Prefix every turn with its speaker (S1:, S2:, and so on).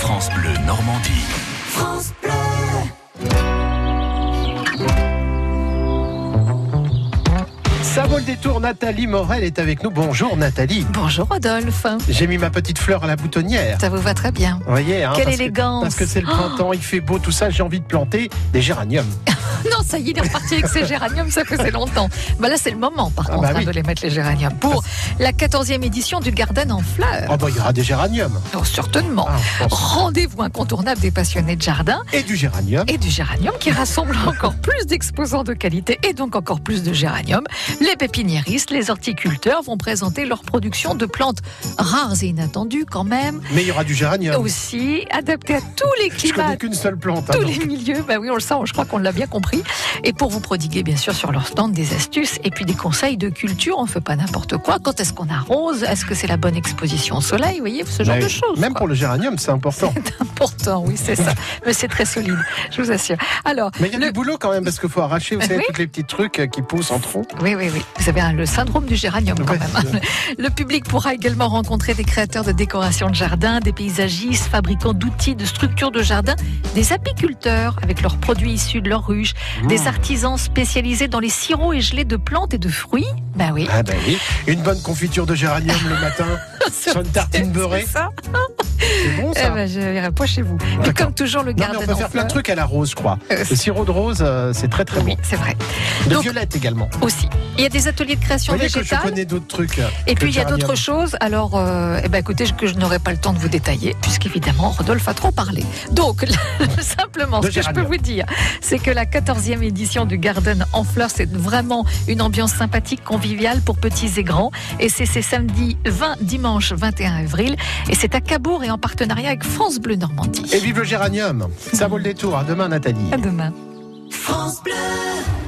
S1: France Bleu Normandie.
S2: France Bleu.
S3: Ça vaut le détour, Nathalie Morel est avec nous. Bonjour Nathalie.
S4: Bonjour Rodolphe.
S3: J'ai mis ma petite fleur à la boutonnière.
S4: Ça vous va très bien.
S3: Vous voyez, hein,
S4: Quelle
S3: parce que-
S4: élégance.
S3: parce que c'est le
S4: Oh.
S3: printemps, il fait beau, tout ça, j'ai envie de planter des géraniums.
S4: Non, ça y est, il est reparti avec ses géraniums, ça faisait longtemps. Bah là, c'est le moment, par
S3: Ah
S4: contre,
S3: bah
S4: hein,
S3: oui. Ah.
S4: de les mettre les géraniums pour la 14e édition du Garden en fleurs.
S3: Oh bah il y aura des géraniums.
S4: Alors, certainement.
S3: Ah, je pense.
S4: Rendez-vous incontournable des passionnés de jardin
S3: Et du géranium.
S4: et du géranium qui rassemble encore plus d'exposants de qualité et donc encore plus de géranium. Les pépiniéristes, les horticulteurs vont présenter leur production de plantes rares et inattendues quand même,
S3: Mais il y aura du géranium.
S4: aussi adaptées à tous les
S3: Ah Je
S4: climats,
S3: connais qu'une seule plante. hein,
S4: tous
S3: donc.
S4: les milieux. Bah oui, on le sent, je crois qu'on l'a bien compris. Et pour vous prodiguer, bien sûr, sur leur stand des astuces et puis des conseils de culture, on ne fait pas n'importe quoi. Quand est-ce qu'on arrose Est-ce que c'est la bonne exposition au soleil Vous voyez, ce genre
S3: Mais
S4: de choses.
S3: Même
S4: quoi.
S3: pour le géranium, c'est important.
S4: Important, oui, c'est ça. Mais c'est très solide, je vous assure. Alors,
S3: Mais il y a
S4: le-
S3: du boulot quand même, parce qu'il faut arracher, vous savez,
S4: Oui.
S3: tous les petits trucs euh, qui poussent en tronc.
S4: oui, oui, oui. Vous avez hein, le syndrome du géranium quand
S3: Ouais,
S4: même. hein. Le public pourra également rencontrer des créateurs de décoration de jardin, des paysagistes, fabricants d'outils, de structures de jardin, des apiculteurs avec leurs produits issus de leurs ruches, des artisans spécialisés dans les sirops et gelées de plantes et de fruits. Ben oui.
S3: Ah bah oui. Une bonne confiture de géranium le matin sur Ah, une tartine beurrée.
S4: C'est ça.
S3: C'est bon
S4: Eh
S3: ça.
S4: ben, je verrai pas chez vous. Puis
S3: D'accord.
S4: comme toujours, le
S3: Non, mais
S4: garde
S3: on peut faire plein de trucs à la rose, je crois. Le sirop de rose, euh, c'est très très
S4: Oui,
S3: bon.
S4: c'est vrai.
S3: De
S4: Donc-
S3: violette également.
S4: Aussi. Il y a des ateliers de
S3: Vous
S4: création
S3: voyez que je
S4: végétale.
S3: connais d'autres trucs. euh,
S4: Et
S3: que
S4: puis il y a
S3: le
S4: d'autres
S3: géranium.
S4: choses, alors euh, eh ben, écoutez, que je n'aurai pas le temps de vous détailler, puisqu'évidemment Rodolphe a trop parlé. Donc, simplement,
S3: De
S4: ce que je peux
S3: géranium.
S4: vous dire, c'est que la 14e édition du Garden en fleurs, c'est vraiment une ambiance sympathique, conviviale pour petits et grands. Et c'est ces samedi 20, dimanche 21 avril. Et c'est à Cabourg et en partenariat avec France Bleu Normandie.
S3: hein, Et vive le géranium. Ça vaut le détour. À demain, Nathalie.
S4: À demain.
S2: France Bleu.